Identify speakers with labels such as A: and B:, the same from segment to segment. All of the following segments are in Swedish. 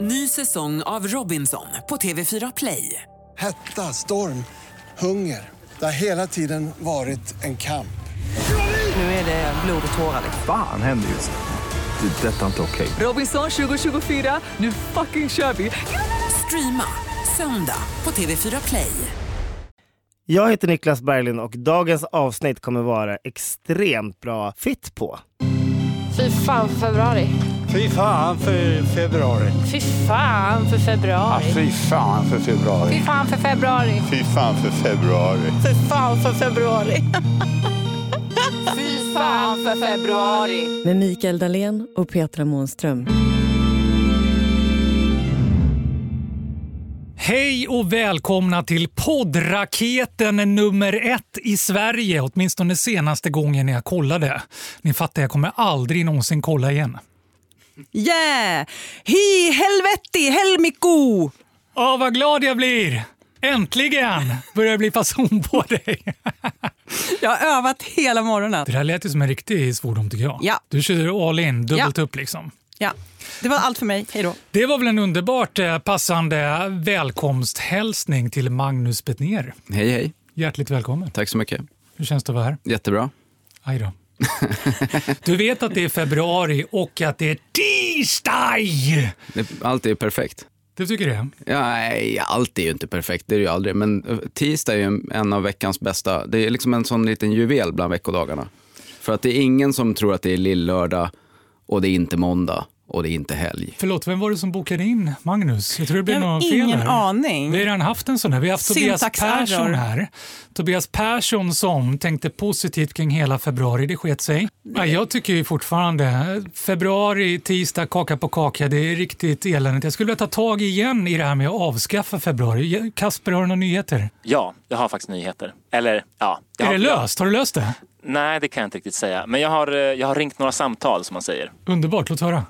A: Ny säsong av Robinson på TV4 Play.
B: Hetta, storm, hunger. Det har hela tiden varit en kamp.
A: Nu är det blod och tårar.
C: liksom.
D: Fan händer just nu. Det. är Detta är inte okej.
A: Robinson 2024, nu fucking kör vi! Streama söndag på TV4 Play.
E: Jag heter Niklas Berglund och dagens avsnitt kommer vara extremt bra fit på.
F: Fy fan för februari.
G: Fy fan för februari. Alltså-
F: Fy fan för
C: Ah,
F: februari.
G: Fy fan för februari.
F: Fy fan för februari.
H: Fy fan för februari.
F: Fy fan för februari. Fy fan för februari.
I: med Mikael Dahlén och Petra Månström.
J: Hej och välkomna till poddraketen nummer ett i Sverige, åtminstone senaste gången jag kollade. Ni fattar, jag kommer aldrig någonsin kolla igen.
C: Yeah! Hi helvetti helmikku!
J: Åh, vad glad jag blir! Äntligen börjar det bli fason på dig.
C: Jag har övat hela morgonen.
J: Det här lät ju som en riktig svordom tycker jag.
C: Ja.
J: Du kör all in, dubbelt
C: Ja.
J: upp liksom.
C: Ja, det var allt för mig. Hej då.
J: Det var väl en underbart eh, passande välkomsthälsning till Magnus Betnér.
K: Hej, hej.
J: Hjärtligt välkommen.
K: Tack så mycket.
J: Hur känns det att vara här?
K: Jättebra.
J: Aj då. Du vet att det är februari och att det är tisdag!
K: Det- Allt är ju perfekt.
J: Du tycker det?
K: Ja, nej, allt är ju inte perfekt, det är det ju aldrig. Men eh, tisdag är ju en- en av veckans bästa. Det är liksom en sån liten juvel bland veckodagarna. För att det är ingen som tror att det är lillördag och det är inte måndag och det är inte helg.
J: Förlåt, vem var det som bokade in Magnus? Jag tror det blev
C: Jag har
J: något fel
C: ingen
J: här.
C: aning.
J: Vi har redan haft en sån här. Vi har haft Tobias
C: Syntaxerror.
J: Persson här. Tobias Persson som tänkte positivt kring hela februari, det sket sig. Ja, jag tycker ju fortfarande, februari, tisdag, kaka på kaka, det är riktigt eländigt. Jag skulle vilja ta tag igen i det här med att avskaffa februari. Kasper, har du några nyheter?
L: Ja, jag har faktiskt nyheter. Eller ja. Jag
J: Är
L: har,
J: det löst? Har du löst det?
L: Nej, det kan jag inte riktigt säga. Men jag har, eh, jag har ringt några samtal som man säger.
J: Underbart, låt höra.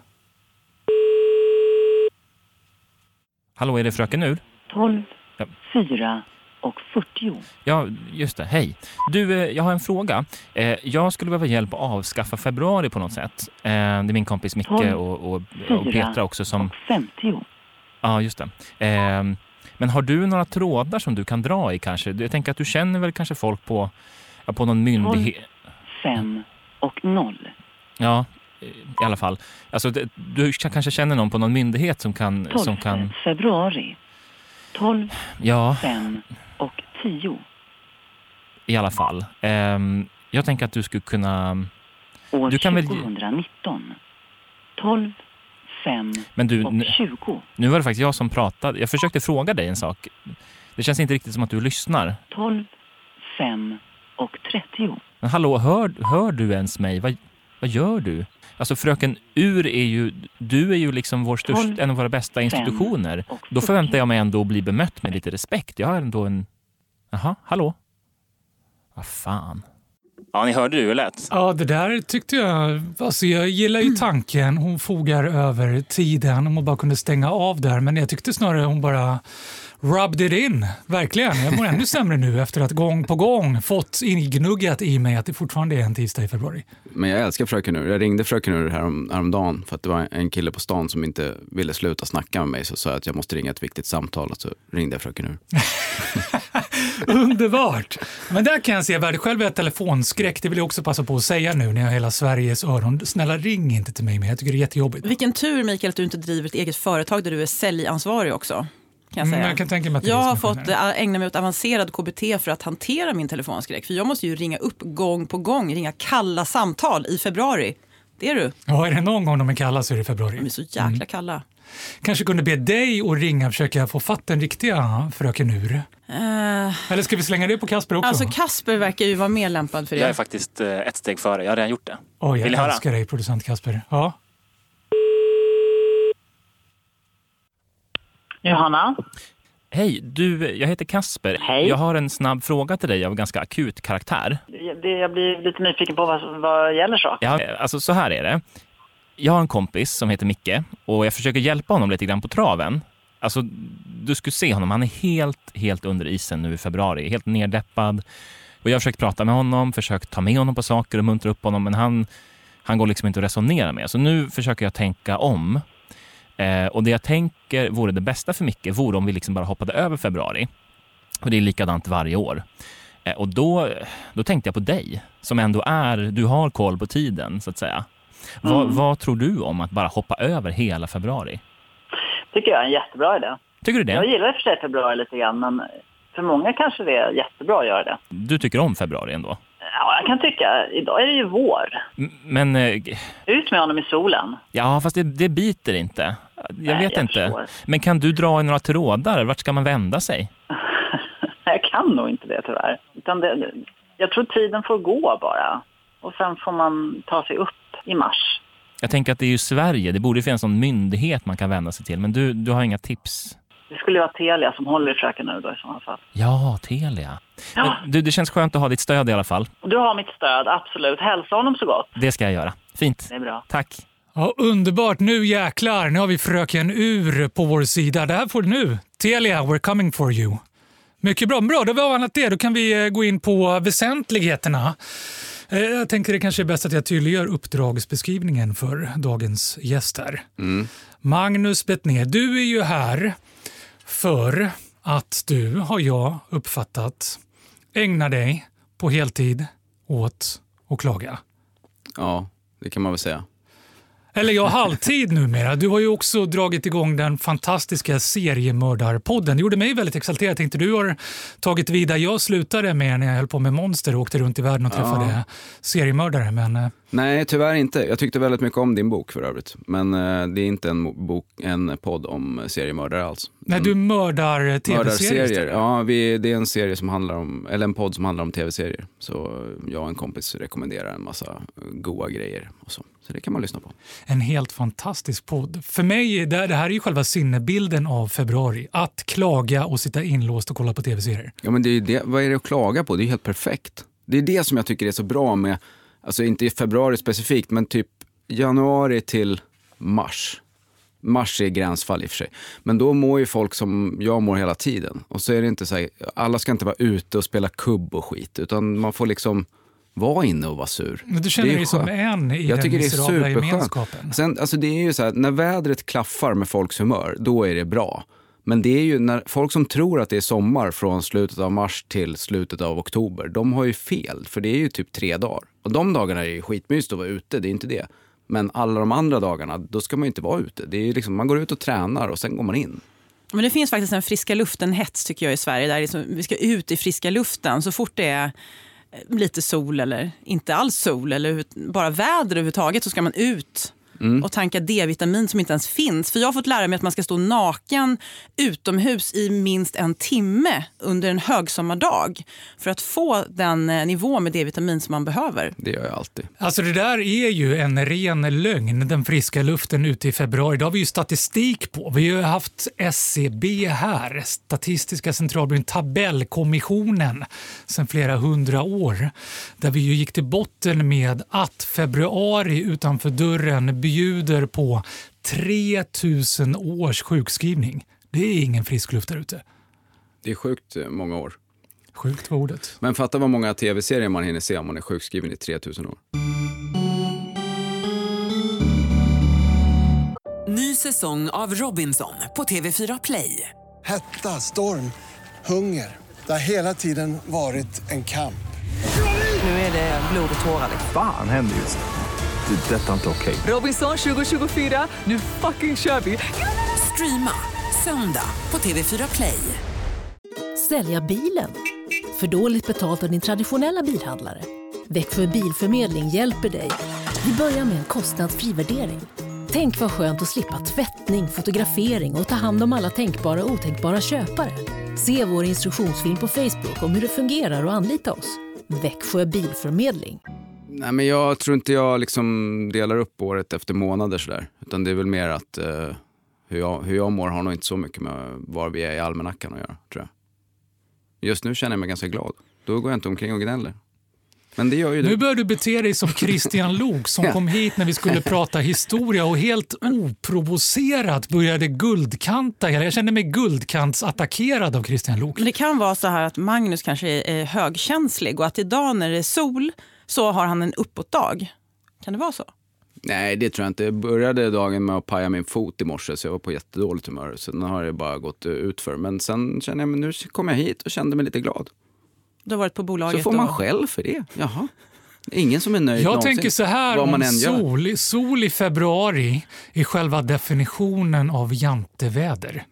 M: Hallå, är det fröken Ur?
N: 12,
M: Ja.
N: 4 och 40.
M: Ja, just det. Hej. Du, eh, jag har en fråga. Eh, Jag skulle behöva hjälp att avskaffa februari på något sätt. Eh, Det är min kompis Micke
N: Tolv,
M: och, och, och
N: fyra
M: Petra också som...
N: 50.
M: Ja, just det. Eh, Men har du några trådar som du kan dra i kanske? Jag tänker att du känner väl kanske folk på, ja, på någon myndighet?
N: 5 och 0.
M: Ja, eh, i alla fall. Alltså, det- du k- kanske känner någon på någon myndighet som kan...
N: 12
M: Som kan
N: februari. 12,
M: ja.
N: 5 och 10.
M: i alla fall. Ehm, jag tänker att du skulle kunna...
N: År
M: du kan väl,
N: 2019. 12, 5
M: men du,
N: och
M: nu,
N: 20.
M: nu var det faktiskt jag som pratade. Jag försökte fråga dig en sak. Det känns inte riktigt som att du lyssnar.
N: 12, 5 och 30.
M: Men hallå, hör, hör du ens mig? Vad, vad gör du? Alltså fröken Ur är ju... Du är ju liksom vår störst,
N: Tolv,
M: en av våra bästa institutioner.
N: och
M: Då förväntar jag mig ändå att bli bemött med lite respekt. Jag har ändå en... Jaha, hallå? Vad fan.
L: Ja, ni hörde ju hur det lät.
J: Ja, det där tyckte jag... Alltså jag gillar
C: Mm.
J: ju tanken. Hon fogar över tiden om hon bara kunde stänga av där. Men jag tyckte snarare hon bara rubbed it in. Verkligen. Jag mår ännu sämre nu efter att gång på gång fått ingnuggat i mig att det fortfarande är en tisdag i februari.
K: Men jag älskar Fröken Ur. Jag ringde Fröken Ur härom, häromdagen för att det var en kille på stan som inte ville sluta snacka med mig. Så sa jag att jag måste ringa ett viktigt samtal och så ringde jag Fröken Ur.
J: Underbart! Men där kan jag se värde. Själv är jag telefonskräck. Det vill jag också passa på att säga nu när jag har hela Sveriges öron. Snälla ring inte till mig mer. Jag tycker det är jättejobbigt.
C: Vilken tur Mikael att du inte driver ett eget företag där du är säljansvarig också. Kan jag,
J: Mm,
C: säga.
J: jag kan tänka mig att det är
C: jag
J: det som
C: har
J: är
C: fått eh, ägna mig åt avancerad KBT för att hantera min telefonskräck. För jag måste ju ringa upp gång på gång, ringa kalla samtal i februari. Det är du.
J: Ja, är det någon gång de är kalla så är det i februari.
C: De är så jäkla kalla.
J: Kanske kunde be dig att ringa och försöka få fatt den riktiga fröken Ur.
C: Eh,
J: Eller ska vi slänga det på Kasper också?
C: alltså Kasper verkar ju vara mer lämpad för det.
L: Jag är faktiskt eh, ett steg före. Jag har redan gjort det.
J: Oj, jag
L: Vill ni höra?
J: älskar dig producent Kasper. Ja.
C: äh,
N: Johanna?
M: Hej, du, jag heter Kasper.
N: Hej.
M: Jag har en snabb fråga till dig av ganska akut karaktär.
N: Det, jag blir lite nyfiken på vad, vad gäller så.
M: Ja, alltså så här är det. Jag har en kompis som heter Micke och jag försöker hjälpa honom lite grann på traven. Alltså, du skulle se honom. Han är helt, helt under isen nu i februari. Helt neddeppad. Och jag har försökt prata med honom, försökt ta med honom på saker och muntra upp honom, men han, han går liksom inte att resonera med. Så nu försöker jag tänka om. Eh, och det jag tänker vore det bästa för Micke vore om vi liksom bara hoppade över februari. Och det är likadant varje år. Eh, och då, då tänkte jag på dig, som ändå är, du har koll på tiden så att säga. Vad-
N: Mm.
M: vad tror du om att bara hoppa över hela februari?
N: tycker jag är en jättebra idé.
M: Tycker du det?
N: Jag gillar i och för sig februari lite grann, men för många kanske det är jättebra att göra det.
M: Du tycker om februari ändå?
N: Ja, jag kan tycka. Idag är det ju vår.
M: M- Men eh,
N: Ut med honom i solen.
M: ja, fast det, det biter inte. Jag
N: Nej,
M: vet
N: jag
M: inte.
N: förstår.
M: Men kan du dra i några trådar? Vart ska man vända sig?
N: Jag kan nog inte det tyvärr. Utan det, jag tror tiden får gå bara. Och sen får man ta sig upp i mars.
M: Jag tänker att det är ju Sverige. Det borde finnas någon myndighet man kan vända sig till. Men du, du har inga tips?
N: Det skulle ju vara Telia som håller i försöken nu då i sådana fall.
M: Ja, Telia.
N: Ja.
M: Men Du, det känns skönt att ha ditt stöd i alla fall.
N: Och Du har mitt stöd, absolut. Hälsa honom så gott.
M: Det ska jag göra. Fint.
N: Det är bra.
M: Tack.
J: Ja, underbart. Nu jäklar. Nu har vi fröken Ur på vår sida. Det här får du nu. Telia, we're coming for you. Mycket bra. Bra, då har vi avhandlat det. Då kan vi eh, gå in på väsentligheterna. Eh, Jag tänker det kanske är bäst att jag tydliggör uppdragsbeskrivningen för dagens gäster.
H: Mm.
J: Magnus Bettner, du är ju här för att du, har jag uppfattat, ägnar dig på heltid åt att klaga.
K: Ja, det kan man väl säga.
J: Eller ja, halvtid numera. Du har ju också dragit igång den fantastiska seriemördarpodden. Det gjorde mig väldigt exalterad. Jag tänkte du har tagit vid där jag slutade med när jag höll på med monster och åkte runt i världen och
K: Ja.
J: träffade seriemördare. Men eh,
K: Nej, tyvärr inte. Jag tyckte väldigt mycket om din bok för övrigt. Men eh, det är inte en, mo- bok, en podd om seriemördare alls.
J: när du mördar tv-serier.
K: Mm. Mördarserier. Ja, vi, det är en serie som handlar om, eller en podd som handlar om tv-serier. Så jag och en kompis rekommenderar en massa eh, goa grejer och så. Så det kan man lyssna på.
J: En helt fantastisk podd. För mig, är det, det här är ju själva sinnebilden av februari. Att klaga och sitta inlåst och kolla på tv-serier.
K: Ja, men det är ju det, vad är det att klaga på? Det är ju helt perfekt. Det är det som jag tycker är så bra med, alltså inte i februari specifikt, men typ januari till mars. Mars är gränsfall i och för sig. Men då mår ju folk som jag mår hela tiden. Och så är det inte så här, alla ska inte vara ute och spela kubb och skit, utan man får liksom vara inne och vara sur.
J: Men du känner
K: Det är
J: dig som
K: skönt.
J: en i
K: Jag
J: den
K: tycker det är
J: miserabla
K: superskönt.
J: gemenskapen.
K: Sen, alltså det är ju så här, när vädret klaffar med folks humör, då är det bra. Men det är ju när folk som tror att det är sommar från slutet av mars till slutet av oktober, de har ju fel. För det är ju typ tre dagar. Och de dagarna är ju skitmysigt att vara ute, det är inte det. Men alla de andra dagarna, då ska man ju inte vara ute. Det är ju liksom, man går ut och tränar och sen går man in.
C: Men det finns faktiskt en friska luften-hets tycker jag i Sverige. Där det är som- vi ska ut i friska luften så fort det är eh, lite sol eller inte alls sol eller hur- bara väder överhuvudtaget så ska man ut
O: Mm.
C: och tanka D-vitamin som inte ens finns. För jag har fått lära mig att man ska stå naken utomhus i minst en timme under en högsommardag för att få den eh, nivå med D-vitamin som man behöver.
K: Det gör jag alltid.
J: Alltså det där är ju en ren lögn, den friska luften ute i februari. Det har vi ju statistik på. Vi har ju haft SCB här, Statistiska centralbyrån, tabellkommissionen, sedan flera hundra år. Där vi ju gick till botten med att februari utanför dörren bjuder på 3000 års sjukskrivning. Det är ingen frisk luft där ute.
K: Det är sjukt eh, många år.
J: Sjukt var ordet.
K: Men fatta vad många tv-serier man hinner se om man är sjukskriven i 3000 år.
A: Ny säsong av Robinson på TV4 Play.
B: Hetta, storm, hunger. Det har hela tiden varit en kamp.
A: Nu är det blod och tårar.
D: Fan händer just det. Det är detta inte okej.
A: Robinson 2024, nu fucking kör vi! Streama söndag på TV4 Play.
P: Sälja bilen? För dåligt betalt av din traditionella bilhandlare? Växjö Bilförmedling hjälper dig. Vi börjar med en kostnadsfri värdering. Tänk vad skönt att slippa tvättning, fotografering och ta hand om alla tänkbara och otänkbara köpare. Se vår instruktionsfilm på Facebook om hur det fungerar och anlita oss. Växjö Bilförmedling.
K: Nej, men jag tror inte jag liksom delar upp året efter månader sådär. Utan det är väl mer att eh, hur, jag, hur jag mår har nog inte så mycket med var vi är i almanackan att göra, tror jag. Just nu känner jag mig ganska glad. Då går jag inte omkring och gnäller. Men det gör ju
J: Nu
K: du.
J: börjar du bete dig som Christian Lok som kom hit när vi skulle prata historia och helt oprovocerat började guldkanta hela. Jag kände mig guldkantsattackerad av Christian Lok.
C: Men det kan vara så här att Magnus kanske är är högkänslig och att idag när det är sol så har han en uppåtdag. Kan det vara så?
K: Nej, det tror jag inte. Jag började dagen med att paja min fot i morse, så jag var på jättedåligt humör. Sen har det bara gått eh, utför. Men sen känner jag, men nu kom jag hit och kände mig lite glad.
C: Du har varit på bolaget.
K: så får man
C: och-
K: skäll för det. Jaha. Det är Ingen som är nöjd
J: Jag
K: någonsin,
J: tänker så här
K: vad man
J: om
K: än gör.
J: sol, sol i februari är själva definitionen av janteväder.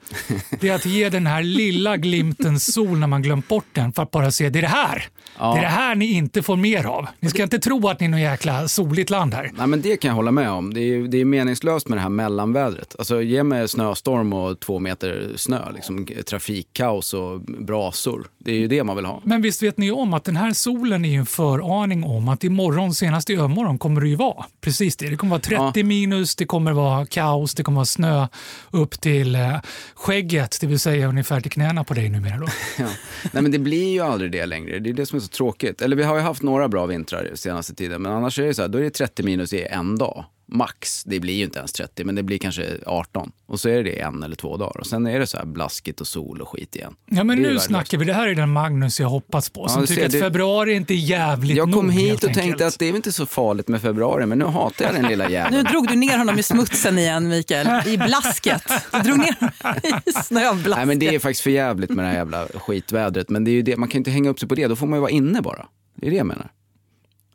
J: Det är att ge den här lilla glimten sol när man glömt bort den för att bara se det är det här.
K: Ja.
J: Det är det här ni inte får mer av. Ni ska inte tro att ni är något jäkla soligt land här.
K: Nej, men det kan jag hålla med om. Det är, det är meningslöst med det här mellanvädret. Alltså, ge mig snöstorm och två meter snö. Liksom, trafikkaos och brasor. Det är ju det man vill ha.
J: Men visst vet ni om att den här solen är ju en föraning om att imorgon, senast i övermorgon, kommer det ju vara precis det. Det kommer vara 30 minus, det kommer vara kaos, det kommer vara snö upp till eh, skägget, det vill säga ungefär till knäna på dig numera då.
K: Ja. Nej, men det blir ju aldrig det längre. Det är det som är så tråkigt. Eller vi har ju haft några bra vintrar senaste tiden, men annars är det så här, då är det 30 minus i en dag. Max, det blir ju inte ens 30, men det blir kanske 18. Och så är det en eller två dagar. Och sen är det så här blaskigt och sol och skit igen.
J: Ja, men
K: Det är ju
J: nu
K: värdelöst.
J: snackar vi. Det här är den Magnus jag hoppats på,
K: Ja,
J: som
K: du
J: tycker
K: ser,
J: att
K: det-
J: februari inte är jävligt
K: Jag kom
J: nog,
K: hit
J: helt
K: och
J: enkelt.
K: tänkte att det är väl inte så farligt med februari, men nu hatar jag den lilla
C: Nu
K: jäveln.
C: drog du ner honom i smutsen igen, Mikael. I blasket. Du drog ner honom i snöblasket.
K: Nej, men det
J: Alltså.
K: är faktiskt för jävligt med det här jävla skitvädret. Men det är ju det, man kan ju inte hänga upp sig på det. Då får man ju vara inne bara. Det är det jag menar.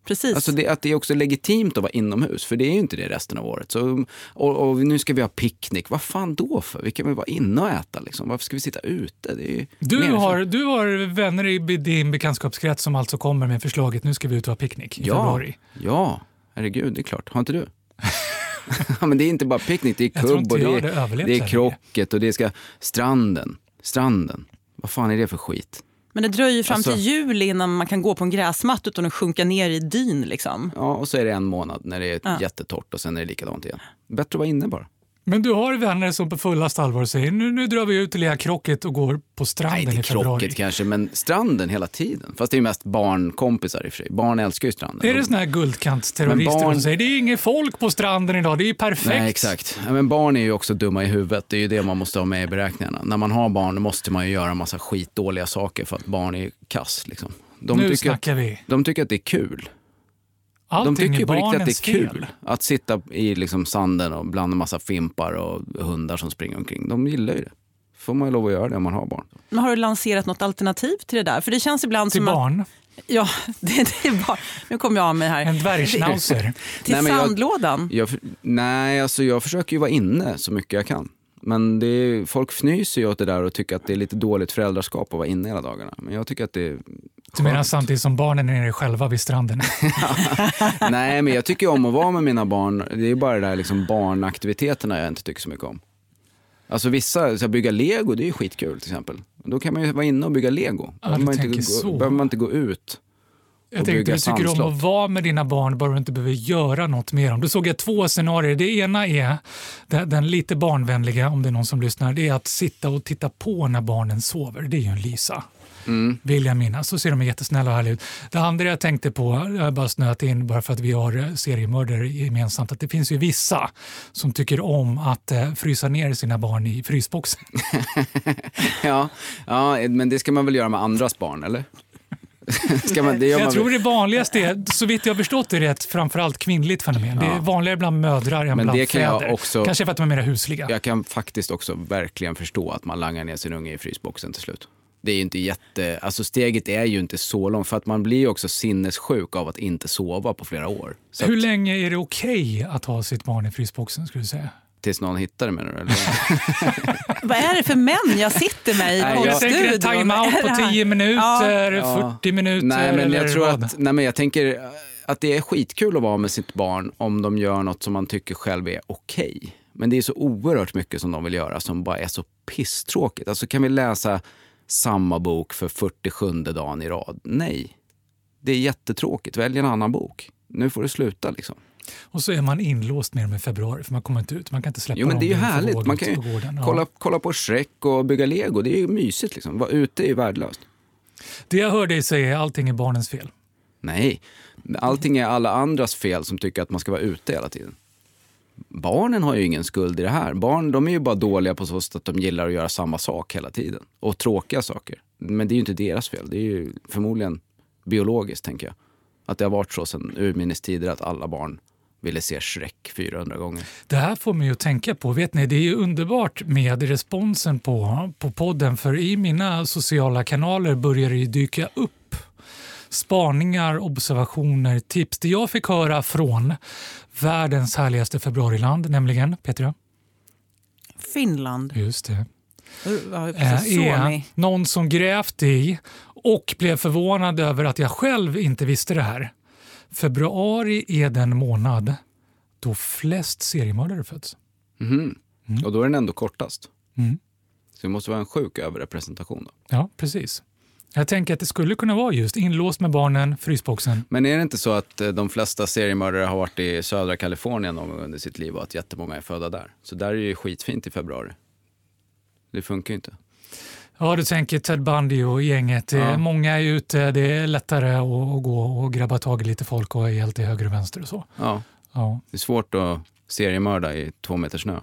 C: Precis.
K: Alltså det, att det är också legitimt att vara inomhus, för det är ju inte det resten av året. Så, och, och nu ska vi ha picknick. Vad fan då för? Vi kan väl vara inne och äta liksom. Varför ska vi sitta ute? Det är ju
J: Du
K: meningslöst.
J: har, du har vänner i be- din bekantskapskrets som alltså kommer med förslaget nu ska vi ut och ha picknick i
K: ja,
J: februari.
K: Ja, herregud, det är klart. Har inte du? Ja, men det är inte bara picknick, det är
J: Jag tror
K: kubb
J: inte
K: och det
J: jag
K: är,
J: hade överlevt
K: det
J: så
K: är
J: här
K: krocket och det ska... Stranden. Stranden. Vad fan är det för skit?
C: Men det dröjer ju fram
K: Alltså-
C: till juli innan man kan gå på en gräsmatta utan att sjunka ner i dyn. Liksom.
K: Ja, och så är det en månad när det är
C: Ja.
K: jättetort och sen är det likadant igen. Bättre att vara inne bara.
J: Men du har vänner som på fullaste allvar säger nu, nu drar vi ut till lilla krocket och går på stranden i februari.
K: Krocket kanske, men stranden hela tiden. Fast det är ju mest barnkompisar i och för sig. Barn älskar ju stranden.
J: Är det såna här guldkantsterrorister
K: Men barn-
J: som säger det är inget folk på stranden idag, det är ju perfekt.
K: Nej, exakt. Ja, Men barn är ju också dumma i huvudet. Det är ju det man måste ha med i beräkningarna. När man har barn måste man ju göra en massa skitdåliga saker för att barn är ju kass. Liksom. De,
J: Nu
K: tycker
J: snackar
K: att,
J: vi.
K: de tycker att det är kul.
J: Allting
K: de tycker
J: är
K: ju på riktigt att
J: barnens
K: det är kul.
J: fel.
K: Att sitta i liksom sanden och bland en massa fimpar och hundar som springer omkring. De gillar ju det. får man ju lov att göra det om man har barn.
C: Men har du lanserat något alternativ till det där? För det känns ibland
K: Till
C: som
J: barn?
C: Att, ja, det, det är barn. Nu kommer jag av mig här. En
K: dvärgschnauzer.
C: Till
K: Nej, men jag-
C: sandlådan.
K: Jag, för- nej, alltså jag försöker ju vara inne så mycket jag kan. Men det är, folk fnyser ju åt det där och tycker att det är lite dåligt föräldraskap att vara inne hela dagarna. Men jag tycker att det är
J: Du menar samtidigt som barnen är nere själva vid stranden?
K: Nej, men jag tycker om att vara med mina barn. Det är bara det där liksom barnaktiviteterna jag inte tycker så mycket om. Alltså vissa, så här, bygga lego, det är ju skitkul till exempel. Då kan man ju vara inne och bygga lego.
J: Ja,
K: Då
J: du
K: man inte
J: tänker så.
K: gå, behöver man inte gå ut
J: Jag
K: och
J: tänkte
K: bygga
J: du tycker
K: sandslott.
J: om att vara med dina barn bara du inte behöver göra något med dem. Då såg jag två scenarier. Det ena är den, den lite barnvänliga, om det är någon som lyssnar, det är att sitta och titta på när barnen sover. Det är ju en Lisa.
K: Mm.
J: Vill jag minnas. Så ser de jättesnälla och härliga ut. Det andra jag tänkte på, jag har bara snöat in bara för att vi har eh, seriemördare gemensamt, att det finns ju vissa som tycker om att eh, frysa ner sina barn i frysboxen.
K: Ja, ja, men det ska man väl göra med andras barn, eller? ska man, det gör
J: jag
K: man
J: tror
K: väl.
J: det vanligaste är, så vitt jag har förstått det rätt, framförallt kvinnligt fenomen. Det är
K: Ja.
J: vanligare bland mödrar än
K: Men
J: bland
K: det kan jag
J: fäder.
K: också-
J: Kanske för att de är mer husliga.
K: Jag kan faktiskt också verkligen förstå att man langar ner sin unge i frysboxen till slut. Det är ju inte jätte, alltså steget är ju inte så långt för att man blir ju också sinnessjuk av att inte sova på flera år. Så
J: Hur länge är det okej att ha sitt barn i frysboxen skulle du säga?
K: tills någon hittar det menar du? Eller?
C: Vad är det för män jag sitter med i
K: Nej, jag-
J: Jag tänker en
C: poddstudion? Är
J: time-out
C: det här-
J: på 10 minuter,
K: Ja.
J: 40 minuter
K: Nej, men
J: eller
K: jag tror
J: vad?
K: att, nej, men jag tänker eh, att det är skitkul att vara med sitt barn om de gör något som man tycker själv är okej. Men det är så oerhört mycket som de vill göra som bara är så pisstråkigt. Alltså kan vi läsa samma bok för 47 dagen i rad? Nej. Det är jättetråkigt. Välj en annan bok. Nu får det sluta liksom.
J: Och så är man inlåst med dem i februari för man kommer inte ut. Man kan inte släppa
K: Jo men
J: dem
K: det är ju
J: utanför
K: härligt.
J: vågen
K: Man kan ju
J: på gården. Ja.
K: kolla, kolla på Shrek och bygga lego. Det är ju mysigt liksom. Vara ute är ju värdelöst.
J: Det jag hör dig säga är allting är barnens fel.
K: Nej, allting är alla andras fel som tycker att man ska vara ute hela tiden. Barnen har ju ingen skuld i det här. Barn de är ju bara dåliga på så sätt att de gillar att göra samma sak hela tiden. Och tråkiga saker. Men det är ju inte deras fel. Det är ju förmodligen biologiskt, tänker jag. Att det har varit så sedan urminnes tider att alla barn ville se Shrek 400 gånger.
J: Det här får mig att tänka på, vet ni, det är ju underbart med responsen på, på podden för i mina sociala kanaler börjar det ju dyka upp spaningar, observationer, tips. Det jag fick höra från världens härligaste februariland, nämligen Petra?
C: Finland.
J: Just det.
C: Ja, precis,
J: Eh,
C: Alltså, så
J: är
C: ni.
J: någon som grävt i och blev förvånad över att jag själv inte visste det här. Februari är den månad då flest seriemördare föds.
K: Mhm. Och då är den ändå kortast.
J: Mm.
K: Så det måste vara en sjuk överrepresentation. Då.
J: Ja, precis. Jag tänker att det skulle kunna vara just inlåst med barnen, frysboxen.
K: Men är det inte så att eh, de flesta seriemördare har varit i södra Kalifornien någon gång under sitt liv och att jättemånga är födda där? Så där är det ju skitfint i februari. Det funkar ju inte.
J: Ja, du tänker Ted Bundy och gänget. Eh,
K: Ja.
J: Många är ute, det är lättare att, att gå och grabba tag i lite folk och är helt till höger och vänster och så.
K: Ja.
J: Ja.
K: Det är svårt att seriemörda i två meter snö.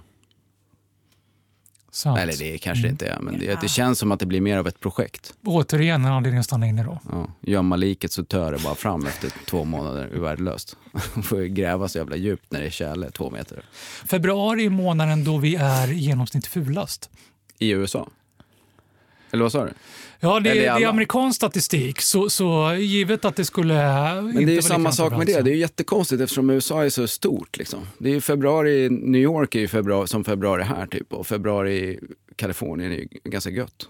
J: Sant.
K: Eller det kanske det inte är, men det, det känns som att det blir mer av ett projekt.
J: Återigen en anledning att stanna inne då.
K: Ja. Gömma liket så tör det bara fram efter två månader, det är värdelöst. Man får ju gräva så jävla djupt när det är tjäle två meter.
J: Februari är månaden då vi är i genomsnitt fulast.
K: I USA? Eller vad sa du?
J: Ja, det,
K: Eller i
J: det är
K: alla.
J: amerikansk statistik, så, så givet att det skulle...
K: Men det är ju samma sak med det. Det är ju jättekonstigt eftersom USA är så stort. Liksom. Det är ju februari, i New York är ju februari, som februari här typ och februari i Kalifornien är ju ganska gött.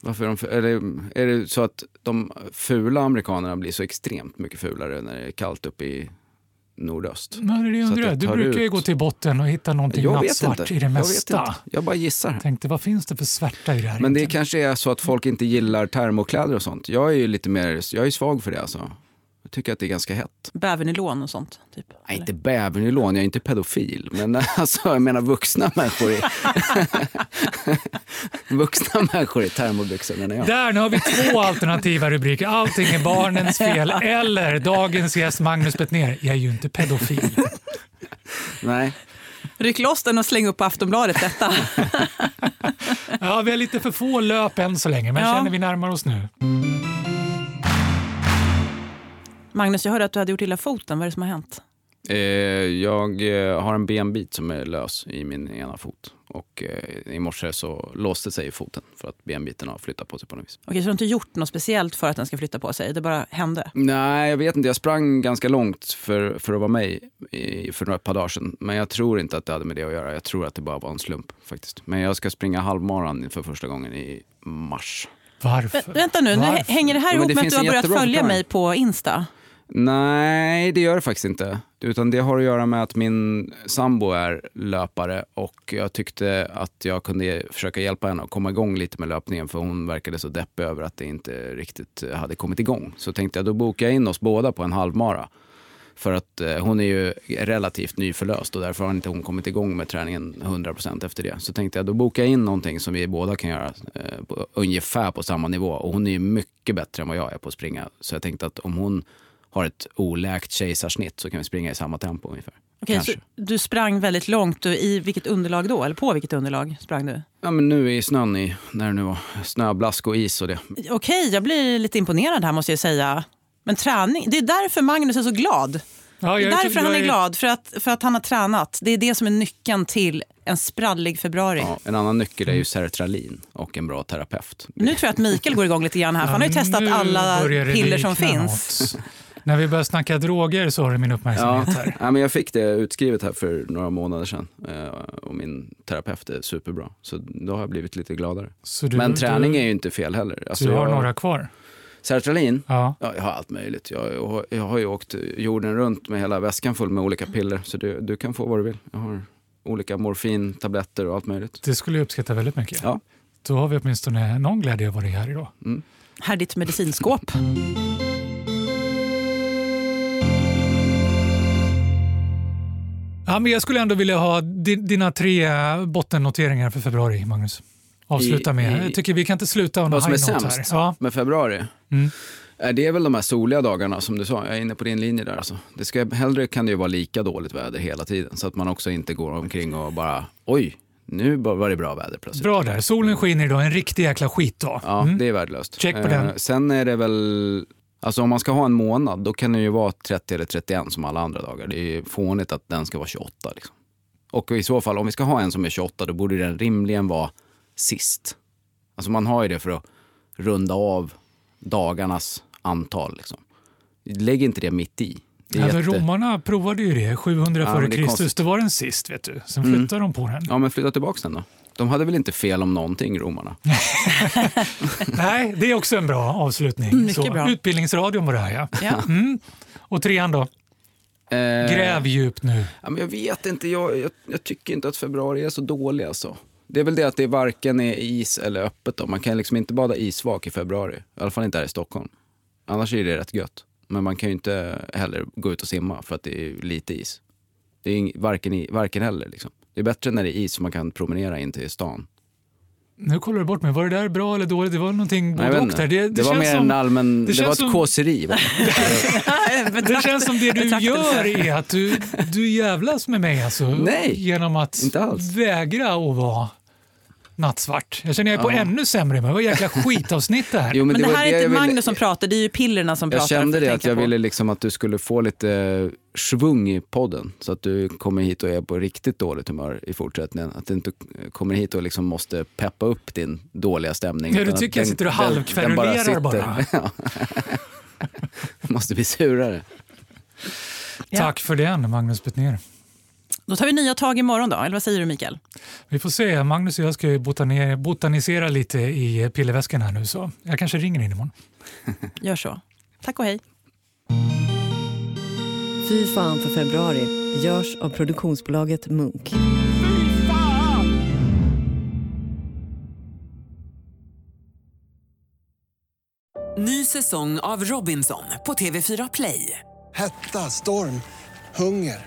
K: Varför är, de, f- eller, är det så att de fula amerikanerna blir så extremt mycket fulare när det är kallt uppe i nordöst?
J: Nej,
K: Så
J: det
K: att
J: undrar
K: det
J: jag. Du
K: tar
J: brukar ju
K: ut-
J: gå till botten och hitta någonting
K: Jag vet
J: nattsvart
K: inte.
J: i det
K: Jag vet
J: mesta.
K: inte. Jag bara gissar.
J: Mm. Tänkte, vad finns det för svärta i det här?
K: Men det kanske är så att folk inte gillar termokläder och sånt. Jag är ju lite mer, jag är svag för det alltså. Jag tycker att det är ganska hett.
C: Bävernylon och sånt. Typ.
K: Nej, inte bävernylon, jag är inte pedofil. Men alltså, jag menar vuxna människor i, vuxna människor i termobyxor menar jag.
J: Där, nu har vi två alternativa rubriker. Allting är barnens fel eller dagens gäst Magnus Bettner. Jag är ju inte pedofil.
K: Nej.
C: Ryck loss den och släng upp på Aftonbladet detta.
J: Ja, vi har lite för få löp än så länge, men
C: Ja.
J: känner vi närmar oss nu.
C: Magnus, jag hörde att du hade gjort illa foten. Vad är det som har hänt?
K: Eh, jag eh, har en benbit som är lös i min ena fot. Och eh, i morse så låste sig foten för att benbiten har flyttat på sig på något vis.
C: Okej, så du har inte gjort något speciellt för att den ska flytta på sig? Det bara hände?
K: Nej, jag vet inte. Jag sprang ganska långt för, för att vara mig i, för några par dagar sedan. Men jag tror inte att det hade med det att göra. Jag tror att det bara var en slump faktiskt. Men jag ska springa halvmaran för första gången i mars.
J: Varför?
C: Vä- vänta nu, nu hä- hänger det här
K: Jo, men
C: ihop
K: det
C: med att
K: finns
C: du har
K: en
C: börjat
K: jättebra
C: följa
K: förklaring.
C: mig på Insta?
K: Nej, det gör det faktiskt inte. Utan det har att göra med att min sambo är löpare och jag tyckte att jag kunde försöka hjälpa henne att komma igång lite med löpningen för hon verkade så deppig över att det inte riktigt hade kommit igång. Så tänkte jag, då bokar jag in oss båda på en halvmara. För att eh, hon är ju relativt nyförlöst och därför har inte hon kommit igång med träningen 100% efter det. Så tänkte jag, då bokar jag in någonting som vi båda kan göra eh, på, ungefär på samma nivå. Och hon är ju mycket bättre än vad jag är på att springa. Så jag tänkte att om hon har ett oläkt kejsarsnitt så kan vi springa i samma tempo ungefär.
C: Okej, så
K: Kanske.
C: du sprang väldigt långt. Och I vilket underlag då? Eller på vilket underlag sprang du?
K: Ja men nu är snön i, när det nu var, snöblask och is och det.
C: Okej, jag blir lite imponerad här måste jag säga. Men träning, det är därför Magnus är så glad. det är
J: jag-
C: därför han
J: jag
C: är
J: är-
C: glad, för att, för att han har tränat. Det är det som är nyckeln till en sprallig februari.
K: Ja, en annan nyckel är ju sertralin och en bra terapeut.
C: Nu tror jag att Mikael går igång lite grann här, för han har ju
J: Ja,
C: testat
J: nu
C: alla
J: börjar det
C: piller som
J: likna
C: finns.
J: något. När vi börjar snacka droger så har du min
K: Ja,
J: uppmärksamhet här.
K: ja, men jag fick det utskrivet här för några månader sedan eh, och min terapeut är superbra. Så då har jag blivit lite gladare.
J: Så du-
K: men
J: du-
K: träning är ju inte fel heller. Alltså,
J: du har
K: jag-
J: några kvar.
K: Sertralin?
J: Ja.
K: jag har allt möjligt. Jag, jag, har- jag har ju åkt jorden runt med hela väskan full med olika piller. Så du, du kan få vad du vill. Jag har olika morfintabletter och allt möjligt.
J: Det skulle jag uppskatta väldigt mycket.
K: Ja.
J: Då har vi åtminstone någon glädje av att vara här idag.
C: Här är ditt medicinskåp.
J: Ja, men jag skulle ändå vilja ha di- dina tre bottennoteringar för februari, Magnus. Avsluta
K: I-
J: med.
K: i-
J: Jag tycker vi kan inte sluta on a
K: Vad som är
J: high note här.
K: sämst
J: Ja. Mm.
K: med februari? Eh, Det är väl de här soliga dagarna som du sa, jag är inne på din linje där alltså. Det ska, hellre kan det ju vara lika dåligt väder hela tiden så att man också inte går omkring och bara oj, nu bara var det bra väder plötsligt.
J: Bra där, solen skiner idag, en riktig jäkla skitdag.
K: Ja, det är värdelöst.
J: Mm. Check på
K: Eh,
J: den.
K: Sen är det väl Alltså om man ska ha en månad, då kan det ju vara 30 eller 31 som alla andra dagar. Det är ju fånigt att den ska vara 28. Liksom. Och i så fall, om vi ska ha en som är 28, då borde den rimligen vara sist. Alltså man har ju det för att runda av dagarnas antal. Liksom. Lägg inte det mitt i. Det är
J: Även
K: jätte-
J: romarna provade ju det 700
K: Ja,
J: före
K: men det är
J: Kristus.
K: konstigt.
J: Då var den sist, vet du. Sen
K: Mm.
J: flyttade de på den.
K: Ja, men flytta tillbaka den då. De hade väl inte fel om någonting, romarna?
J: Nej, det är också en bra avslutning.
C: Mm, mycket
J: Så,
C: bra.
J: Utbildningsradion var det här, ja.
C: Ja.
J: Mm. Och trean då?
K: Eh.
J: Gräv djupt nu.
K: Ja, men jag vet inte, jag, jag, jag tycker inte att februari är så dålig alltså. Det är väl det att det varken är is eller öppet då. Man kan liksom inte bada isvak i februari. I alla fall inte här i Stockholm. Annars är det rätt gött. Men man kan ju inte heller gå ut och simma för att det är lite is. Det är ing, varken, i, varken heller liksom. Det är bättre när det är is så man kan promenera in till stan.
J: Nu kollar du bort mig. Var det där bra eller dåligt? Det var någonting
K: Nej, jag
J: både
K: vet
J: och
K: inte.
J: där. Det, det,
K: var
J: känns
K: mer
J: som,
K: en allmän, det,
J: känns
K: var ett
J: som-
K: kåseri. va? Eh,
J: det känns som det du gör är att du, du jävlas med mig alltså.
K: Nej,
J: genom att vägra att vara nattsvart. Jag känner jag är på
K: Ja.
J: ännu sämre, men det var jäkla skitavsnitt det här.
K: Jo, men
C: Men
K: det
C: det
K: var
C: här
K: det
C: är inte
K: jag ville-
C: Magnus som pratar, det är ju pillerna som pratar.
K: Jag kände
C: får
K: det att
C: tänka
K: jag
C: på.
K: ville liksom att du skulle få lite eh, svung i podden så att du kommer hit och är på riktigt dåligt humör i fortsättningen. Att du inte kommer hit och liksom måste peppa upp din dåliga stämning.
J: Ja, du
K: utan att
J: tycker jag
K: den-
J: sitter och
K: den- den
J: halvkverulerar bara.
K: Ja. måste bli surare.
J: Tack för den, Magnus Betnér.
C: Då tar vi nya tag imorgon då, eller vad säger du Mikael?
J: Vi får se. Magnus och jag ska ju botane- botanisera lite i pillerväskan här nu, så jag kanske ringer in imorgon.
C: Gör så. Tack och hej.
I: Fy fan för februari görs av produktionsbolaget Munk.
A: Ny säsong av Robinson på TV4 Play.
B: Hetta, storm, hunger.